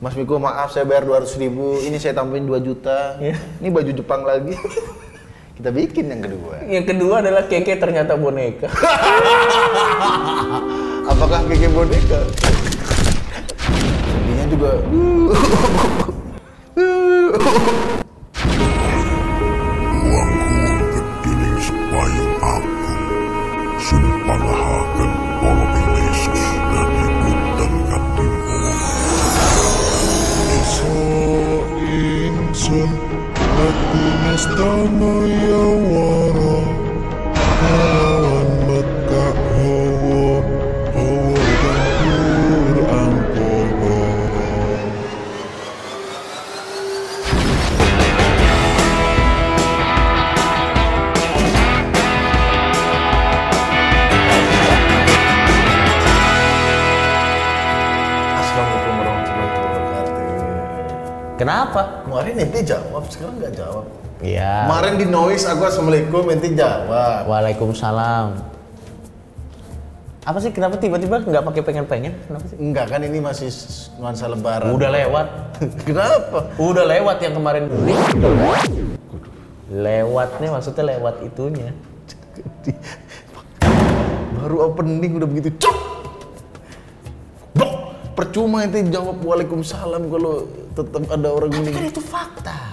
Mas Miko maaf saya bayar 200 ribu, ini saya tambahin 2 juta, ini baju Jepang lagi. Kita bikin yang kedua. Yang kedua adalah Keke ternyata boneka. Apakah Keke boneka? Sedihnya juga. Uangku terkiling sepayung aku Sumpah lahakan kolom Yesus Dan ikutan kakimu Isa insan Aku nastama ya wara Kawan maka hawa Hawa kapur angkoba Assalamualaikum warahmatullahi wabarakatuh. Kenapa? Kemarin ente jawab, sekarang nggak jawab. Iya. Kemarin di noise aku assalamualaikum, ente jawab. Waalaikumsalam. Apa sih kenapa tiba-tiba nggak pakai pengen-pengen? Kenapa sih? Enggak kan ini masih s- nuansa lebaran. Udah lewat. Kenapa? Udah lewat yang kemarin. Lewatnya maksudnya lewat itunya. Baru opening udah begitu cok. Blok. Percuma ente jawab waalaikumsalam kalau tetap ada orang Kan mending. itu fakta.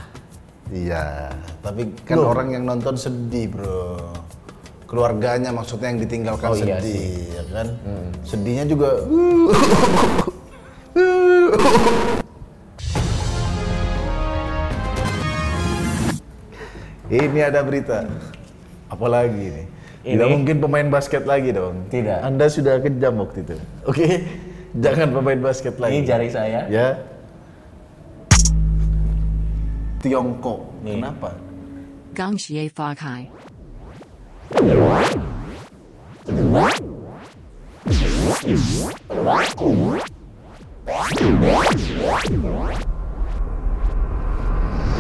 Iya, tapi kan orang yang nonton sedih, Bro. Keluarganya maksudnya yang ditinggalkan Oh, iya Hmm. sedih, ya kan? Sedihnya juga Ini ada berita. Apalagi nih? Tidak Ini? mungkin pemain basket lagi dong. Tidak. Anda sudah kejam waktu itu. Oke. Jangan pemain basket lagi. Ini jari saya. Ya. Tiongkok. Nih. Kenapa? Gongxie Foghai.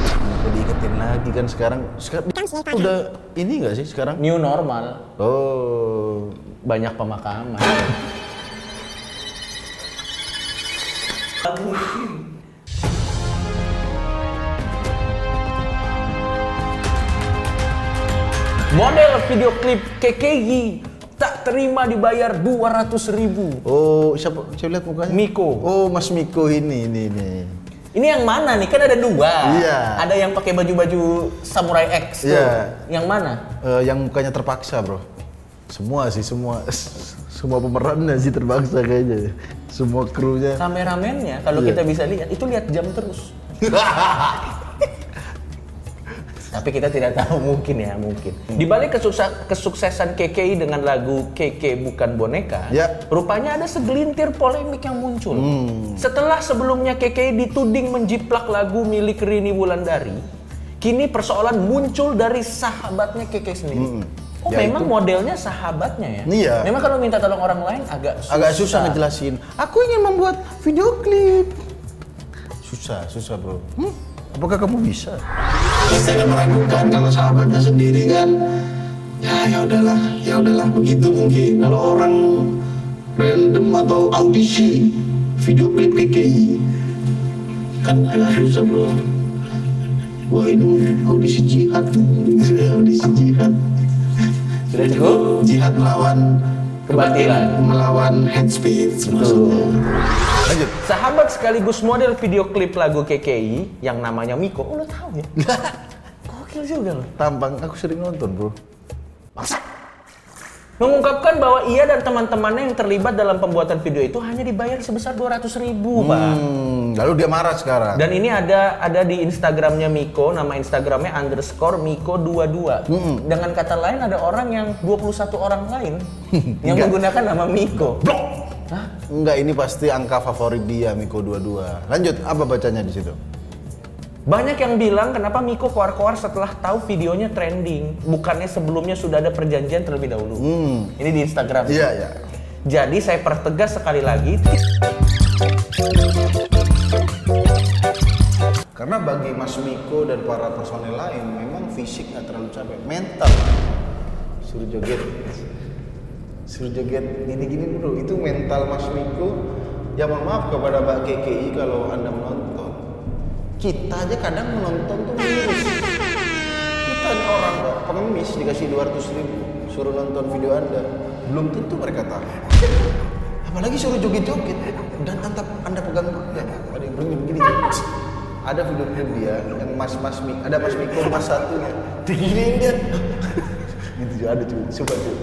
Kenapa diingetin lagi kan sekarang? Sekarang udah ini enggak sih sekarang? New normal. Oh, Banyak pemakaman. Model video klip Kekegi tak terima dibayar 200 ribu. oh siapa? Saya lihat mukanya. Miko. Oh, Mas Miko ini ini ini. Ini yang mana nih? Kan ada dua. Iya. Ada yang pakai baju-baju Samurai X tuh. Iya. Yang mana? Eh, yang mukanya terpaksa, Bro. Semua sih, semua semua pemerannya sih terpaksa kayaknya. Semua krunya. Kameramennya kalau Iya. kita bisa lihat itu lihat jam terus. Tapi kita tidak tahu mungkin ya, mungkin. Hmm. Di balik kesuksa- kesuksesan KKI dengan lagu KK bukan boneka, Ya. Hmm. rupanya ada segelintir polemik yang muncul. Setelah sebelumnya KKI dituding menjiplak lagu milik Rini Wulandari, kini persoalan muncul dari sahabatnya KK sendiri. Oh, Yaitu- memang modelnya sahabatnya ya. Hmm. Iya. Memang kalau minta tolong orang lain agak susah. Agak susah ngejelasin. Aku ingin membuat video klip. Susah, susah, Bro. Hmm? Apakah kamu bisa? tidak meragukan kalau sahabatnya sendiri kan ya ya udahlah ya udahlah begitu mungkin kalau orang random atau audisi video klip KKI kan agak susah bro wah ini audisi jihad nih. audisi jihad Sudah cukup jihad melawan kebatilan. melawan head speech maksudnya Lanjut. Sahabat sekaligus model video klip lagu KKI yang namanya Miko. Oh, lo tahu ya? Gokil juga lo. Tampang aku sering nonton, Bro. Mengungkapkan bahwa ia dan teman-temannya yang terlibat dalam pembuatan video itu hanya dibayar sebesar 200 ribu, Pak. Hmm, lalu dia marah sekarang. Dan ini ada ada di Instagramnya Miko, nama Instagramnya underscore Miko 22. Dengan kata lain ada orang yang 21 orang lain yang Enggak. menggunakan nama Miko. Enggak, ini pasti angka favorit dia Miko 22. Lanjut, apa bacanya di situ? Banyak yang bilang kenapa Miko koar-koar setelah tahu videonya trending, bukannya sebelumnya sudah ada perjanjian terlebih dahulu. Ini di Instagram. Hmm. Iya, ya. Jadi saya pertegas sekali lagi. Karena bagi Mas Miko dan para personel lain memang fisik nggak terlalu capek, mental. Suruh joget. Suruh joget gini-gini bro, itu mental Mas Miko Ya mohon maaf kepada Mbak KKI kalau Anda menonton. Kita aja kadang menonton tuh miris. Kita nih orang pengemis dikasih 200 ribu suruh nonton video Anda. Belum tentu mereka tahu. Apalagi suruh joget-joget dan anda, anda pegang pegang. Ada yang begini begini. Ada video klip dia yang mas-mas mi, ada mas Miko mas satu ya. Diginiin dia. gitu juga ada cuy. Coba cuy.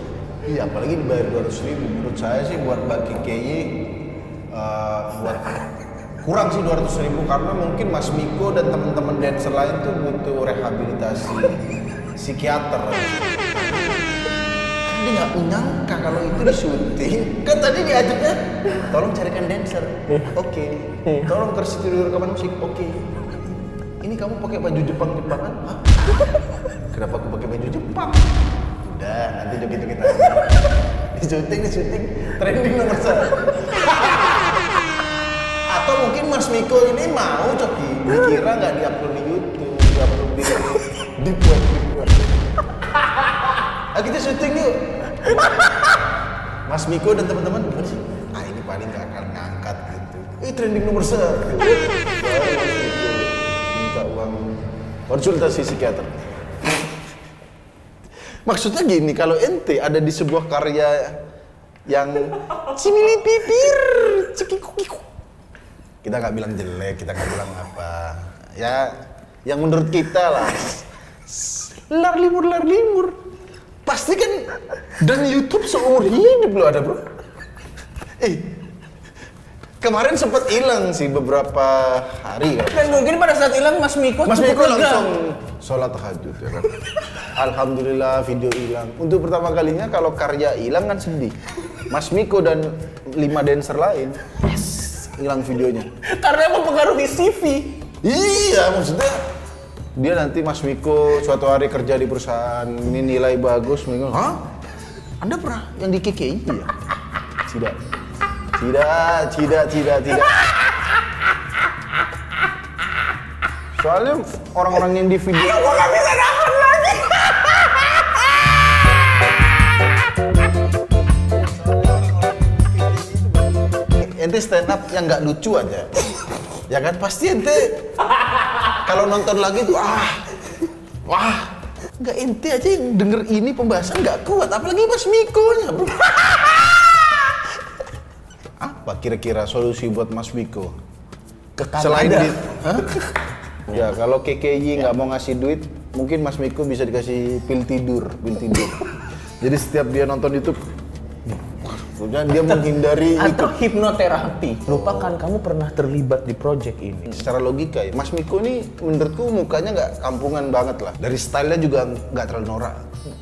Iya, apalagi dibayar 200 ribu. Menurut saya sih buat bagi KY eh, buat kurang sih 200 ribu karena mungkin Mas Miko dan teman-teman dancer lain tuh butuh rehabilitasi psikiater dia nggak menyangka kalau itu disyuting kan tadi diajaknya tolong carikan dancer oke tolong kasih video rekaman musik oke ini kamu pakai baju Jepang Jepangan Hah? kenapa aku pakai baju Jepang udah nanti joget joget aja disyuting disyuting trending nomor satu atau mungkin Mas Miko ini mau coki dikira nggak diupload di YouTube diupload di di web di web ah kita syuting yuk Mas Miko dan teman-teman gimana sih? Ah ini paling gak akan ngangkat gitu Eh trending nomor satu Baru Mas Miko Minta uang konsultasi psikiater Maksudnya gini, kalau ente ada di sebuah karya yang cimili pipir, cikikukikuk. Kita nggak bilang jelek, kita nggak bilang apa. Ya, yang menurut kita lah. Lar limur, lar limur. Pasti kan dan YouTube seumur hidup lo ada bro. Eh, kemarin sempat hilang sih beberapa hari ya. kalau Dan mungkin pada saat hilang Mas Miko Mas cukup Miko lega. langsung sholat tahajud ya kan. Alhamdulillah video hilang. Untuk pertama kalinya kalau karya hilang kan sedih. Mas Miko dan lima dancer lain hilang videonya. karena mempengaruhi CV. Iya maksudnya dia nanti Mas Miko suatu hari kerja di perusahaan ini nilai bagus, Miko, hah? Anda pernah yang di KKI ya? Tidak, tidak, tidak, tidak, tidak. Soalnya orang-orang yang di video ente stand up yang nggak lucu aja ya kan pasti ente kalau nonton lagi tuh ah wah nggak ente aja yang denger ini pembahasan nggak kuat apalagi mas Miko nya bro apa kira-kira solusi buat mas Miko selain Anda. di Hah? ya kalau KKI nggak mau ngasih duit mungkin mas Miko bisa dikasih pil tidur pil tidur jadi setiap dia nonton YouTube kemudian dia menghindari itu Atau hipnoterapi. Oh. Lupakan kamu pernah terlibat di project ini. secara logika ya Mas Miko ini menurutku mukanya nggak kampungan banget lah dari stylenya juga nggak terlalu norak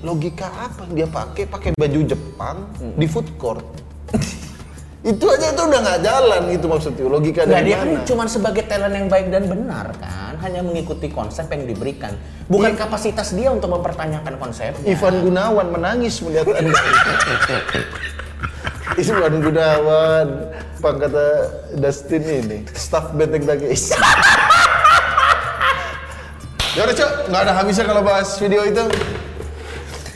logika apa yang dia pakai pakai baju Jepang di food court itu aja itu udah nggak jalan gitu maksudnya logika Nggak, dari dia kan mana cuma sebagai talent yang baik dan benar kan, hanya mengikuti konsep yang diberikan. Bukan Iya. kapasitas dia untuk mempertanyakan konsep. Ivan Gunawan menangis melihat anda Ivan Gunawan pangkata Dustin ini staff benteng tagis Ya udah cok, nggak ada habisnya kalau bahas video itu.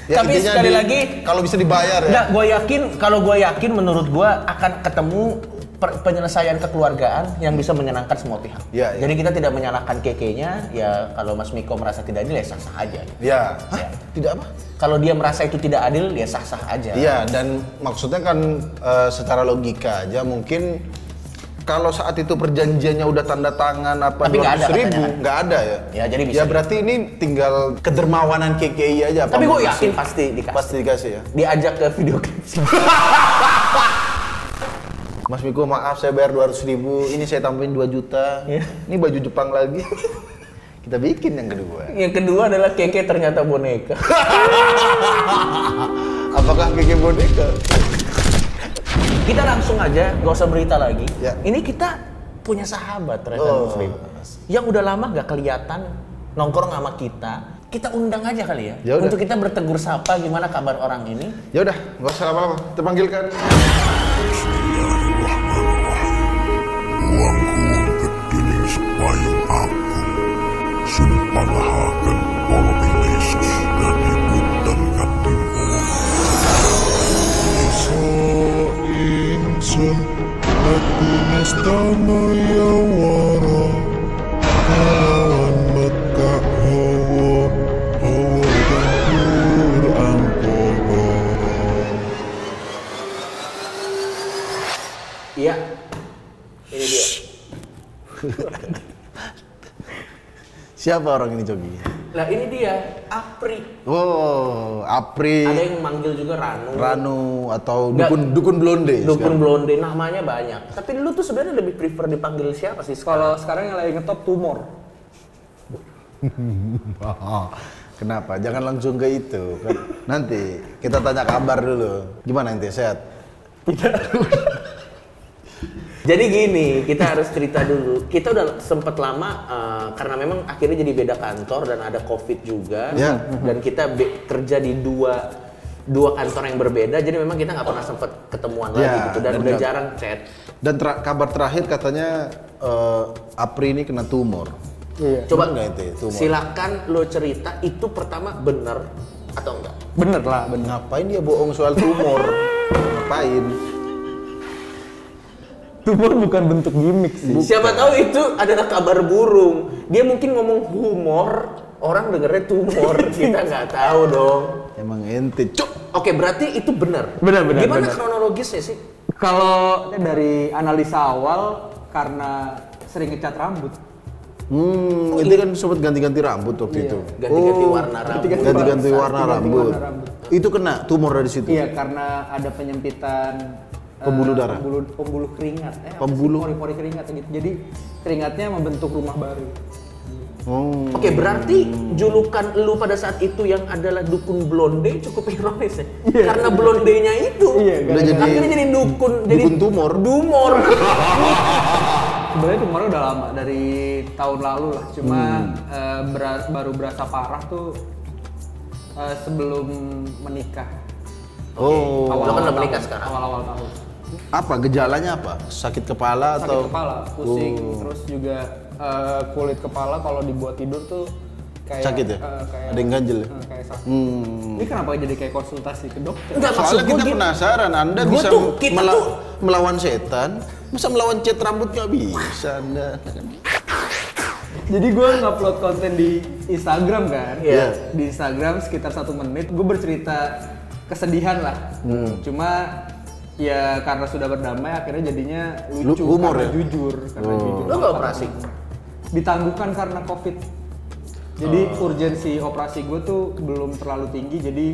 Ya, Tapi intinya sekali di- lagi- kalau bisa dibayar ya. Enggak, gue yakin kalau gue yakin menurut gue akan ketemu per- penyelesaian kekeluargaan yang bisa menyenangkan semua pihak. Iya, iya. Jadi kita tidak menyalahkan kekenya. Ya kalau Mas Miko merasa tidak adil ya sah-sah aja. Ya. Ya. Hah? Tidak apa? Kalau dia merasa itu tidak adil ya sah-sah aja. Iya, dan maksudnya kan eh, secara logika aja mungkin kalau saat itu perjanjiannya udah tanda tangan apa Tapi nggak ada 200 ribu, katanya. nggak ada ya? Ya, jadi bisa Ya di- berarti ini tinggal kedermawanan KKI aja. apa Tapi gue mau yakin kasih? pasti dikasih. pasti dikasih ya. Diajak ke video klip. Mas Miko maaf saya bayar 200 ribu, ini saya tambahin 2 juta, Iya. ini baju Jepang lagi. Kita bikin yang kedua. Yang kedua adalah keke ternyata boneka. Apakah KK boneka? kita langsung aja, gak usah berita lagi. Ya. Ini kita punya sahabat ternyata Oh. Muslim. Yang udah lama gak kelihatan nongkrong sama kita. Kita undang aja kali ya. Ya udah. Untuk kita bertegur sapa gimana kabar orang ini. Ya udah, nggak usah lama-lama. Kita panggilkan. Uangku kekini sepayung aku Sumpah lahakan polopeng Yesus Dan ikutan katimu Isa insun Aku Iya. Siapa orang ini Jogi? Nah ini dia, Apri. Wow, Apri, Ada yang manggil juga Ranu. Ranu atau Nggak. dukun dukun blonde. Dukun sekarang. blonde namanya banyak. Tapi lu tuh sebenarnya lebih prefer dipanggil siapa sih? Kalau sekarang yang lagi ngetop tumor. Kenapa? Jangan langsung ke itu. Kan- Nanti kita tanya kabar dulu. Gimana ente sehat? Jadi gini, kita harus cerita dulu. Kita udah sempet lama eh, karena memang akhirnya jadi beda kantor dan ada covid juga. Ya. Dan kita be- kerja di dua dua kantor yang berbeda. Jadi memang kita nggak pernah sempet ketemuan lagi Ya, gitu dan benar. udah jarang chat. Dan ter- kabar terakhir katanya eh, Apri ini kena tumor. Iya. Coba Benar nggak itu ya, tumor? silakan lo cerita itu pertama bener atau enggak? Bener lah, bener. Ngapain dia bohong soal tumor? Ngapain? Tumor bukan bentuk gimmick sih. Siapa tahu itu adalah kabar burung. Dia mungkin ngomong humor, orang dengernya tumor. Kita nggak tahu dong. Emang ente cuk. Oke, berarti itu benar. Benar, benar, Gimana benar. kronologisnya sih? Kalau dari analisa awal karena sering ngecat rambut. Hmm, itu kan sempat ganti-ganti rambut waktu itu. Iya. Oh, Ganti-ganti warna rambut. ganti-ganti Ganti-ganti warna, warna ganti-ganti rambut. warna rambut. Itu kena tumor dari situ. Iya, karena ada penyempitan eh, Pembuluh darah? pembuluh, pembuluh keringat. Eh, apa sih? Pembuluh? pori-pori keringat gitu. Jadi keringatnya membentuk rumah baru. Oh. Oke, berarti julukan lu pada saat itu yang adalah dukun blonde cukup ironis ya. Iya. Karena blondenya itu. Iya, Udah jadi- akhirnya jadi dukun, jadi dukun tumor. Dumor. Sebenarnya tumornya udah lama dari tahun lalu lah, cuma Hmm. eh, bera- baru berasa parah tuh eh, sebelum menikah. Oh. Awal- Lo kan udah tahun, menikah sekarang? Awal-awal tahun. Apa gejalanya apa? Sakit kepala sakit atau kepala, pusing, Oh. terus juga eh, kulit kepala kalau dibuat tidur tuh kayak Sakit ya? eh, kayak, Ada yang ganjel ya? eh, kayak sakit. Hmm. Ini kenapa jadi kayak konsultasi ke dokter? Enggak maksud Soalnya gue kita gini. penasaran, Anda Gua bisa tuh, mel- kita mela- tuh- melawan setan, masa melawan cat rambut nggak bisa Anda? Jadi gue ngupload konten di Instagram kan, Iya. di Instagram sekitar satu menit gue bercerita kesedihan lah, Hmm. cuma ya karena sudah berdamai akhirnya jadinya lucu Lu- humor karena ya? jujur karena jujur Lo nggak operasi? ditangguhkan karena covid jadi Oh. urgensi operasi gue tuh belum terlalu tinggi jadi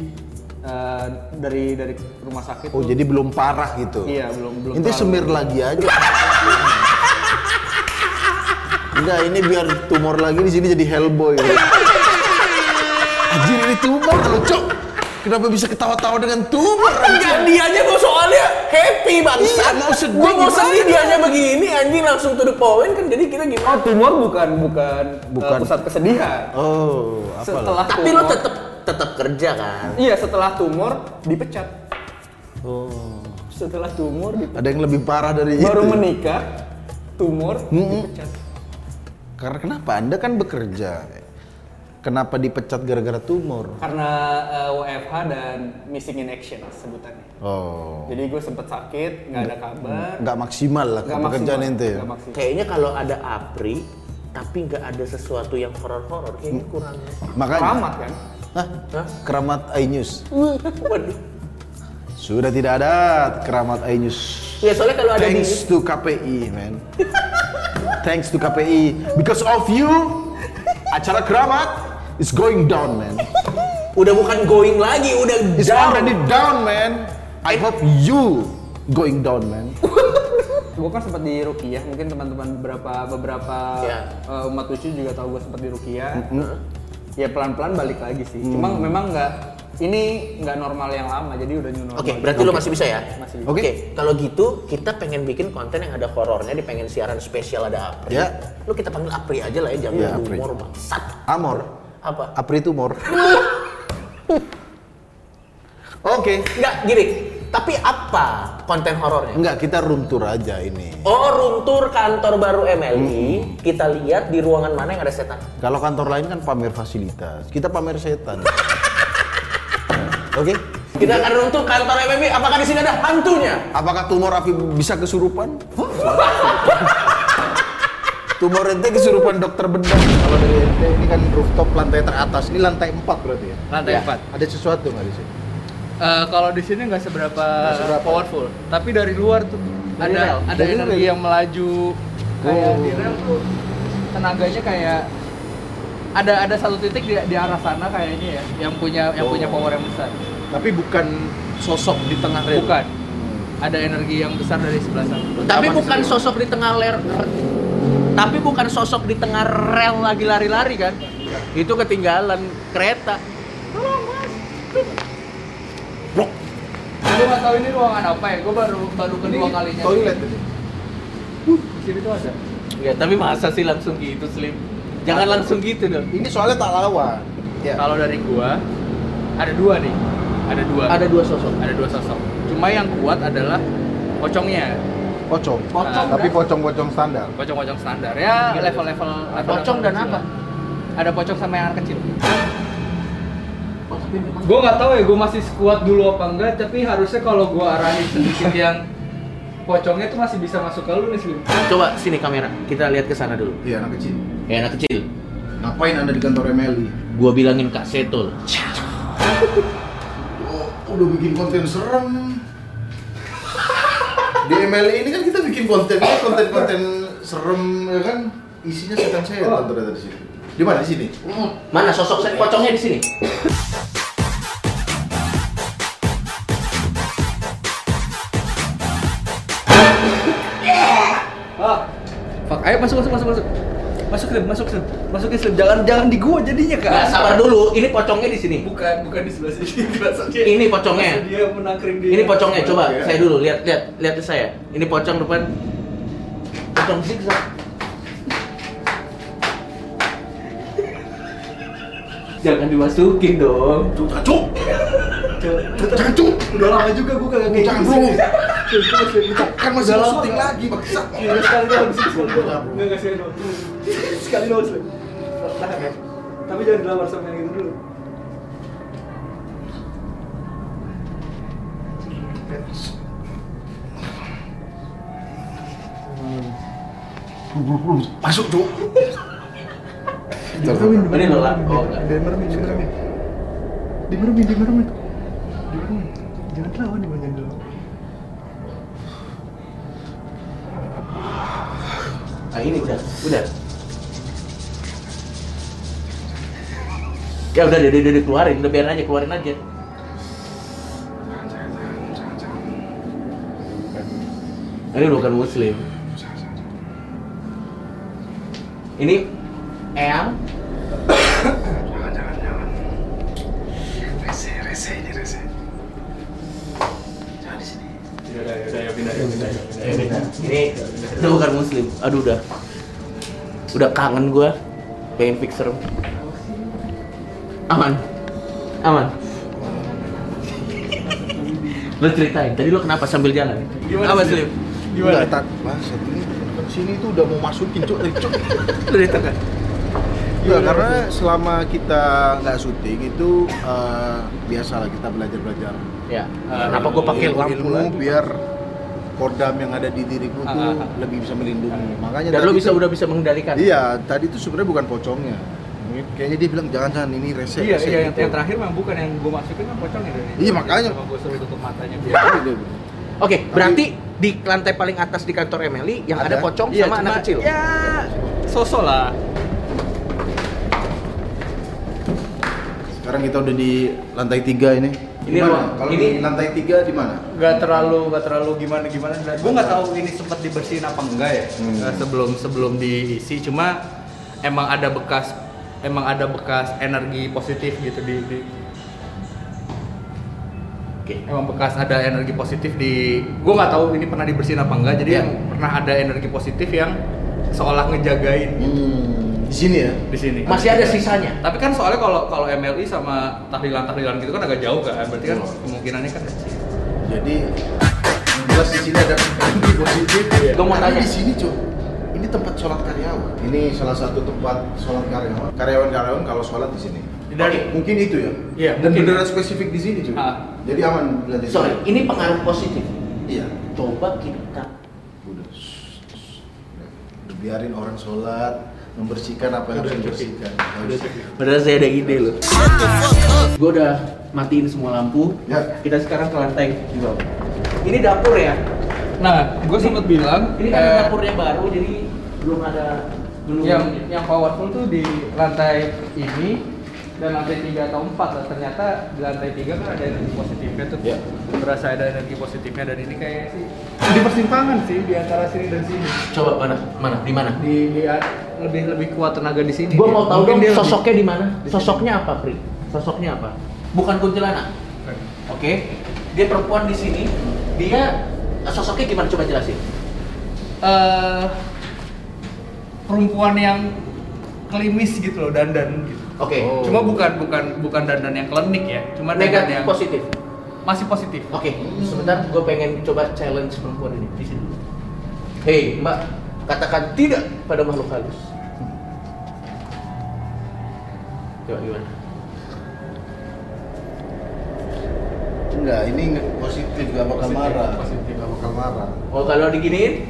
eh, dari dari rumah sakit Oh, tuh- jadi belum parah gitu. Iya, belum- belum Inti parah. semir lagi aja. Enggak, ini biar tumor lagi di sini jadi Hellboy. Anjir ini tumor kalau cok. Kenapa bisa ketawa-tawa dengan tumor? Enggak, dianya gue soalnya happy bangsat. Iya, mau sedih Gua mau gimana? sedih dianya begini, anjing langsung to the point kan jadi kita gimana? oh tumor bukan bukan Bukan. bukan pusat kesedihan Oh, apa? setelah Tapi lo tumor tetep tetep kerja kan? iya setelah tumor dipecat Oh. setelah tumor dipecat Ada yang lebih parah dari itu. baru menikah tumor dipecat Karena kenapa? Anda kan bekerja. Kenapa dipecat gara-gara tumor? karena eh, WFH dan missing in action sebutannya Oh. jadi gue sempet sakit nggak ada kabar Nggak maksimal lah Gak pekerjaan ente. ya? Gak maksimal. Kayaknya kalau ada Apri, tapi nggak ada sesuatu yang horor-horor, kayaknya kurang. Makanya. Keramat kan? Hah? Hah? Keramat iNews. Waduh. Sudah tidak ada Keramat iNews. Ya soalnya kalau ada di Thanks to KPI, man. Thanks to KPI. Because of you, acara Keramat is going down, man. udah bukan going lagi, udah It's down. already down, man. I hope you going down, man. Gue kan sempat di Rukiah, mungkin teman-teman beberapa beberapa Iya. eh, umat lucu juga tahu gue sempat di Rukiah. Ya pelan-pelan balik lagi sih. Cuma memang nggak ini nggak normal yang lama, jadi udah new normal. Oke, berarti lo masih bisa ya? Masih Oke, bisa. kalau gitu kita pengen bikin konten yang ada horornya di pengen siaran spesial ada Apri. Ya. Lo kita panggil Apri aja lah ya, jangan Iya, Apri. humor bangsat. Amor. Apa? Apri tumor. Oke. Enggak, gini. Tapi apa konten horornya? Enggak, kita room tour aja ini. Oh, room tour kantor baru MLI. Kita lihat di ruangan mana yang ada setan. Kalau kantor lain kan pamer fasilitas, kita pamer setan. Oke? Kita akan room tour kantor MLI. Apakah di sini ada hantunya? Apakah tumor api bisa kesurupan? tumor ente kesurupan dokter bedah. Kalau dari ente ini kan rooftop lantai teratas, ini lantai 4 berarti ya? Lantai Ya. empat. Ada sesuatu nggak di sini? Eh, kalau di sini nggak seberapa, seberapa. powerful, tapi dari Oh. luar tuh Dari luar. Dari luar. melaju, kayak di rel tuh tenaganya kayak ada ada satu titik di, di arah sana kayaknya ya yang punya yang punya power yang besar Tapi bukan sosok di tengah rel. bukan ada energi yang besar dari sebelah sana Tapi bukan sosok di tengah ler tapi bukan sosok di tengah rel lagi lari-lari kan? Itu ketinggalan kereta. gue nggak tahu ini ruangan apa ya gue baru baru kedua kalinya Toilet itu. di sini tuh ada ya tapi masa sih langsung gitu slim jangan langsung gitu dong Ini soalnya tak lawan. Ya. kalau dari gua ada dua nih ada dua Ada dua sosok. ada dua sosok cuma yang kuat adalah pocongnya Pocong. Pocong, Tapi kan? pocong-pocong standar. pocong-pocong standar ya level-level level Pocong dan apa? ada pocong sama yang anak kecil gue nggak tahu ya gue masih kuat dulu apa enggak tapi harusnya kalau gue arahin sedikit yang pocongnya tuh masih bisa masuk ke lu nih slim Coba sini kamera, kita lihat ke sana dulu. Iya, anak kecil. Ya anak kecil, Ngapain Anda di kantor Meli? gua bilangin Kak Setul. Oh, udah bikin konten serem. Di MLI ini kan kita bikin konten konten-konten serem ya kan isinya Oh. setan-setan ternyata di sini. Di mana di sini? Mana sosok saya pocongnya di sini? Ah. Fuck, ayo masuk masuk masuk masuk. Masuk Slim, masuk Slim. Masuk Slim. Jangan jangan di gua jadinya, Kak. Nah, sabar dulu, ini pocongnya di sini. Bukan, bukan di sebelah sini, di sebelah sini. Ini pocongnya. Masa Dia menangkring dia. Ini pocongnya, coba Iya. saya dulu lihat lihat lihat saya. Ini pocong depan. Pocong zigzag. Jangan dimasukin dong. Cuk, cuk. Cuk, cuk. Udah lama juga gua kagak kayak Bukan gitu. bro. Slim, coba, Slim. Kan masih Udah mau lama. syuting lagi baksa. Iya, sekali doang sih. Sekali doang. Enggak kasih doang. Sekali doang, Slim. Tahan ya. Tapi jangan dilamar sama yang itu dulu. Masuk cuk. Ini nolak. Oh, enggak. Demermin, Demermin. Demermin, Demermin. Demermin. Jangan lawan di bagian dulu. Nah, ini udah, udah. Ya udah, udah, udah, udah, keluarin, udah biarin aja, keluarin aja. Ini bukan muslim. Ini Eyang ini itu bukan muslim aduh udah udah kangen gua pengen fix serem aman aman lo ceritain tadi lo kenapa sambil jalan apa slim Gimana? Tak, mas, ini sini tuh udah mau masukin cuk, dari cuk. lo ditekan Iya, karena selama kita nggak syuting itu eh, biasalah kita belajar-belajar ya kenapa gua pakai Ah, ilmu, lampu lagi? Ah, biar kodam yang ada di diriku tuh lebih bisa melindungi. Makanya dan lo tadi bisa tuh- udah bisa mengendalikan Iya, tadi itu sebenarnya bukan pocongnya. Kayaknya dia bilang jangan jangan ini rese. Iya, rese iya, yang, gitu. yang terakhir memang bukan yang gua masukin kan pocongnya dari. Iya, makanya. Sama gua suruh tutup matanya biar. Iya, dia bilang. oke berarti di lantai paling atas di kantor Emily yang Iya. ada, Ada. pocong Iya, sama cuma- anak kecil Ya, sosok lah. Sekarang kita udah di lantai tiga ini. Ini Di mana? ruang- Kalau ini- di lantai tiga di mana? Gak terlalu gak terlalu gimana gimana. Gue nggak tahu ini sempat dibersihin apa enggak ya. Eh, Sebelum sebelum diisi, cuma emang ada bekas emang ada bekas energi positif gitu di. di Oke. Emang bekas ada energi positif di. Gue nggak tahu ini pernah dibersihin apa enggak. Jadi Iya. yang pernah ada energi positif yang seolah ngejagain Hmm, di sini ya. di sini. masih ada sisanya Tapi kan soalnya kalau kalau MLI sama tahlilan-tahlilan gitu kan agak jauh kan. Berarti kan kemungkinannya kan kecil. Jadi yang jelas di sini ada energi positif. Iya. Gua mau Karena tanya. di sini cuy. Ini tempat sholat karyawan. Ini salah satu tempat sholat karyawan. Karyawan-karyawan kalau sholat di sini. Dari Mungkin itu ya. Iya, Dan mungkin. beneran spesifik di sini cuy. Ah. Jadi aman di lantai sorry tiga. ini pengaruh positif Iya. coba kita Udah. shh, shh. Udah biarin orang sholat membersihkan apa yang harus dibersihkan. Harus. Padahal saya ada ide loh. Gue udah matiin semua lampu. Ya. Kita sekarang ke lantai di bawah. Ini dapur ya. Nah, gue sempat bilang Ini eh, karena dapurnya baru jadi belum ada Ya. yang yang powerful tuh di lantai ini dan lantai 3 atau 4 lah ternyata di lantai 3 kan ada energi positifnya tuh Iya. berasa ada energi positifnya dan ini kayak sih di persimpangan sih di antara sini dan sini Coba mana? Mana? Di mana? di, di a- lebih lebih kuat tenaga di sini Gue mau tahu Mungkin dong dia lebih- sosoknya di mana? Sosoknya apa, Pri? Sosoknya apa? Bukan kuntilanak. Bukan. Oke. Dia perempuan di sini. Dia sosoknya gimana coba jelasin? eh perempuan yang klimis gitu loh dandan gitu. Oke. Cuma bukan bukan bukan dandan yang klinik ya, cuma dandan Negatif yang positif. masih positif. Oke, sebentar gue pengen coba challenge perempuan ini di sini. Hei, Mbak, katakan tidak pada makhluk halus. Coba gimana? Enggak, ini nggak positif, gak bakal marah. Positif, gak bakal marah. Oh, kalau diginiin?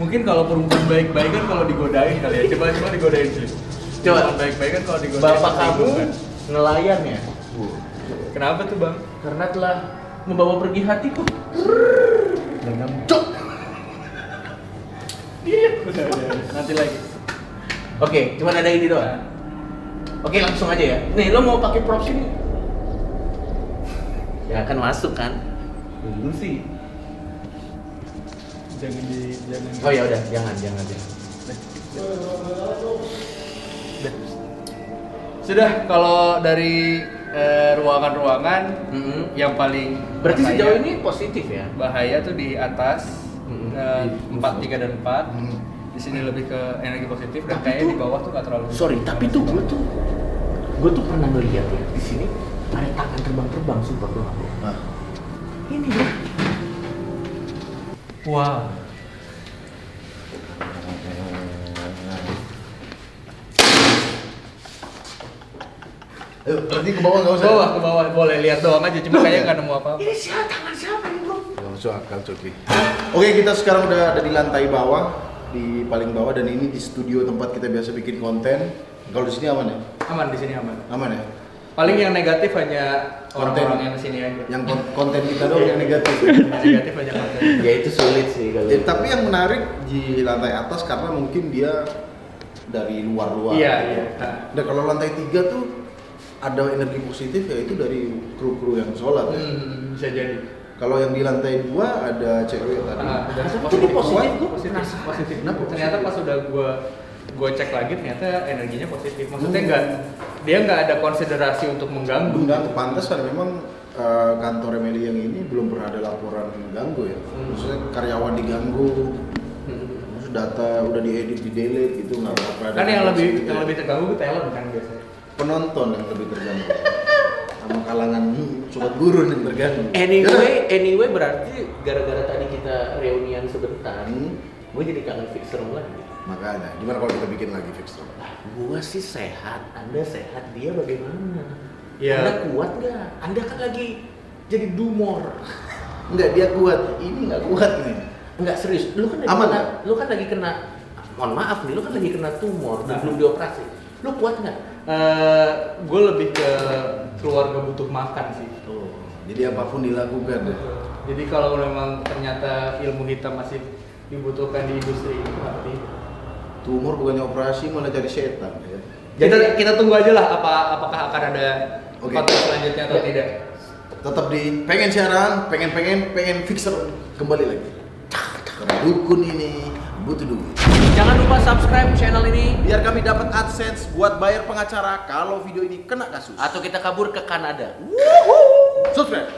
Mungkin kalau perempuan baik-baik kan kalau digodain kali ya. Coba coba digodain sih. Coba. Perempuan baik-baik kan kalau digodain. Bapak pasti kamu bukan. nelayan ya? kan? Kenapa tuh, Bang? Karena telah membawa pergi hatiku. Iya, Nanti lagi. Oke, cuman ada ini doang. Oke, langsung aja ya. Nih, lo mau pakai props ini? Ya akan masuk kan? Dulu sih. Jangan di jangan. Oh ya udah, jangan, jangan, jangan. Sudah kalau dari eh, ruangan-ruangan Mm-mm. yang paling Berarti saya- sejauh ini positif ya? bahaya tuh di atas Mm-mm. eh, empat tiga dan empat di sini lebih ke energi positif dan Tapi kayaknya tuh- di bawah tuh gak terlalu Sorry, tapi tuh gue tuh gue tuh pernah ngeliat ya di sini ada tangan terbang-terbang sumpah gue nggak bohong. Nah, Ini bro. wow ayo, berarti ke bawah nggak ke usah. bawah ke bawah boleh lihat doang aja cuma kayaknya nggak nemu apa apa Ini siapa tangan siapa ini bro? Nggak masuk akal, Coki. Oke, kita sekarang udah ada di lantai bawah, di paling bawah dan ini di studio tempat kita biasa bikin konten. Kalau di sini aman ya? aman di sini aman Aman ya? paling yang negatif hanya Konten. orang-orang yang kesini aja Yang kon- konten kita doang yang negatif. Yang negatif hanya konten Ya itu sulit sih kalau. Ya, tapi yang menarik di lantai atas karena mungkin dia dari luar-luar. iya iya Dan kalau lantai tiga tuh ada energi positif ya itu dari kru-kru yang sholat ya. hmm, bisa jadi Kalau yang di lantai dua ada cewek tadi. Ah, udah Tapi positif. ini positif, gua positif, Nah, penasaran. positif. Kenapa Ternyata pas udah gua gua cek lagi ternyata energinya positif. Maksudnya enggak dia nggak ada konsiderasi untuk mengganggu. Enggak kepantasan kan, memang eh, kantor Emily yang ini belum pernah ada laporan ganggu ya. Hmm. Maksudnya karyawan diganggu, terus data udah diedit di delete gitu nggak apa-apa. ada Kan yang lebih konflik yang ya. lebih terganggu ke talent kan biasanya. penonton yang lebih terganggu sama kalangan sobat gurun yang terganggu. Ya Anyway, anyway berarti gara-gara tadi kita reunian sebentar, Hmm. gue jadi kangen fixer lagi. Makanya, gimana kalau kita bikin lagi fix drum? Gua sih sehat, Anda sehat, dia bagaimana? Iya. Anda kuat nggak? Anda kan lagi jadi dumor. Enggak, dia kuat. Ini nggak kuat nih. Nggak serius, lu kan lagi Aman kena, nggak? lu kan lagi kena, mohon maaf nih, lu kan lagi kena tumor Nah. dan belum dioperasi. Lu kuat nggak? Eh gue lebih ke keluarga butuh makan sih. Tuh. Jadi apapun dilakukan ya. Jadi kalau memang ternyata ilmu hitam masih dibutuhkan di industri ini berarti Tumor bukannya operasi malah cari setan ya. jadi kita, kita tunggu aja lah apa apakah akan ada Oke. konten selanjutnya atau Ya. tidak. Tetap di pengen siaran, pengen pengen pengen fixer kembali lagi. Karena dukun ini butuh duit. Jangan lupa subscribe channel ini Biar kami dapat adsense buat bayar pengacara kalau video ini kena kasus. atau kita kabur ke Kanada. Subscribe.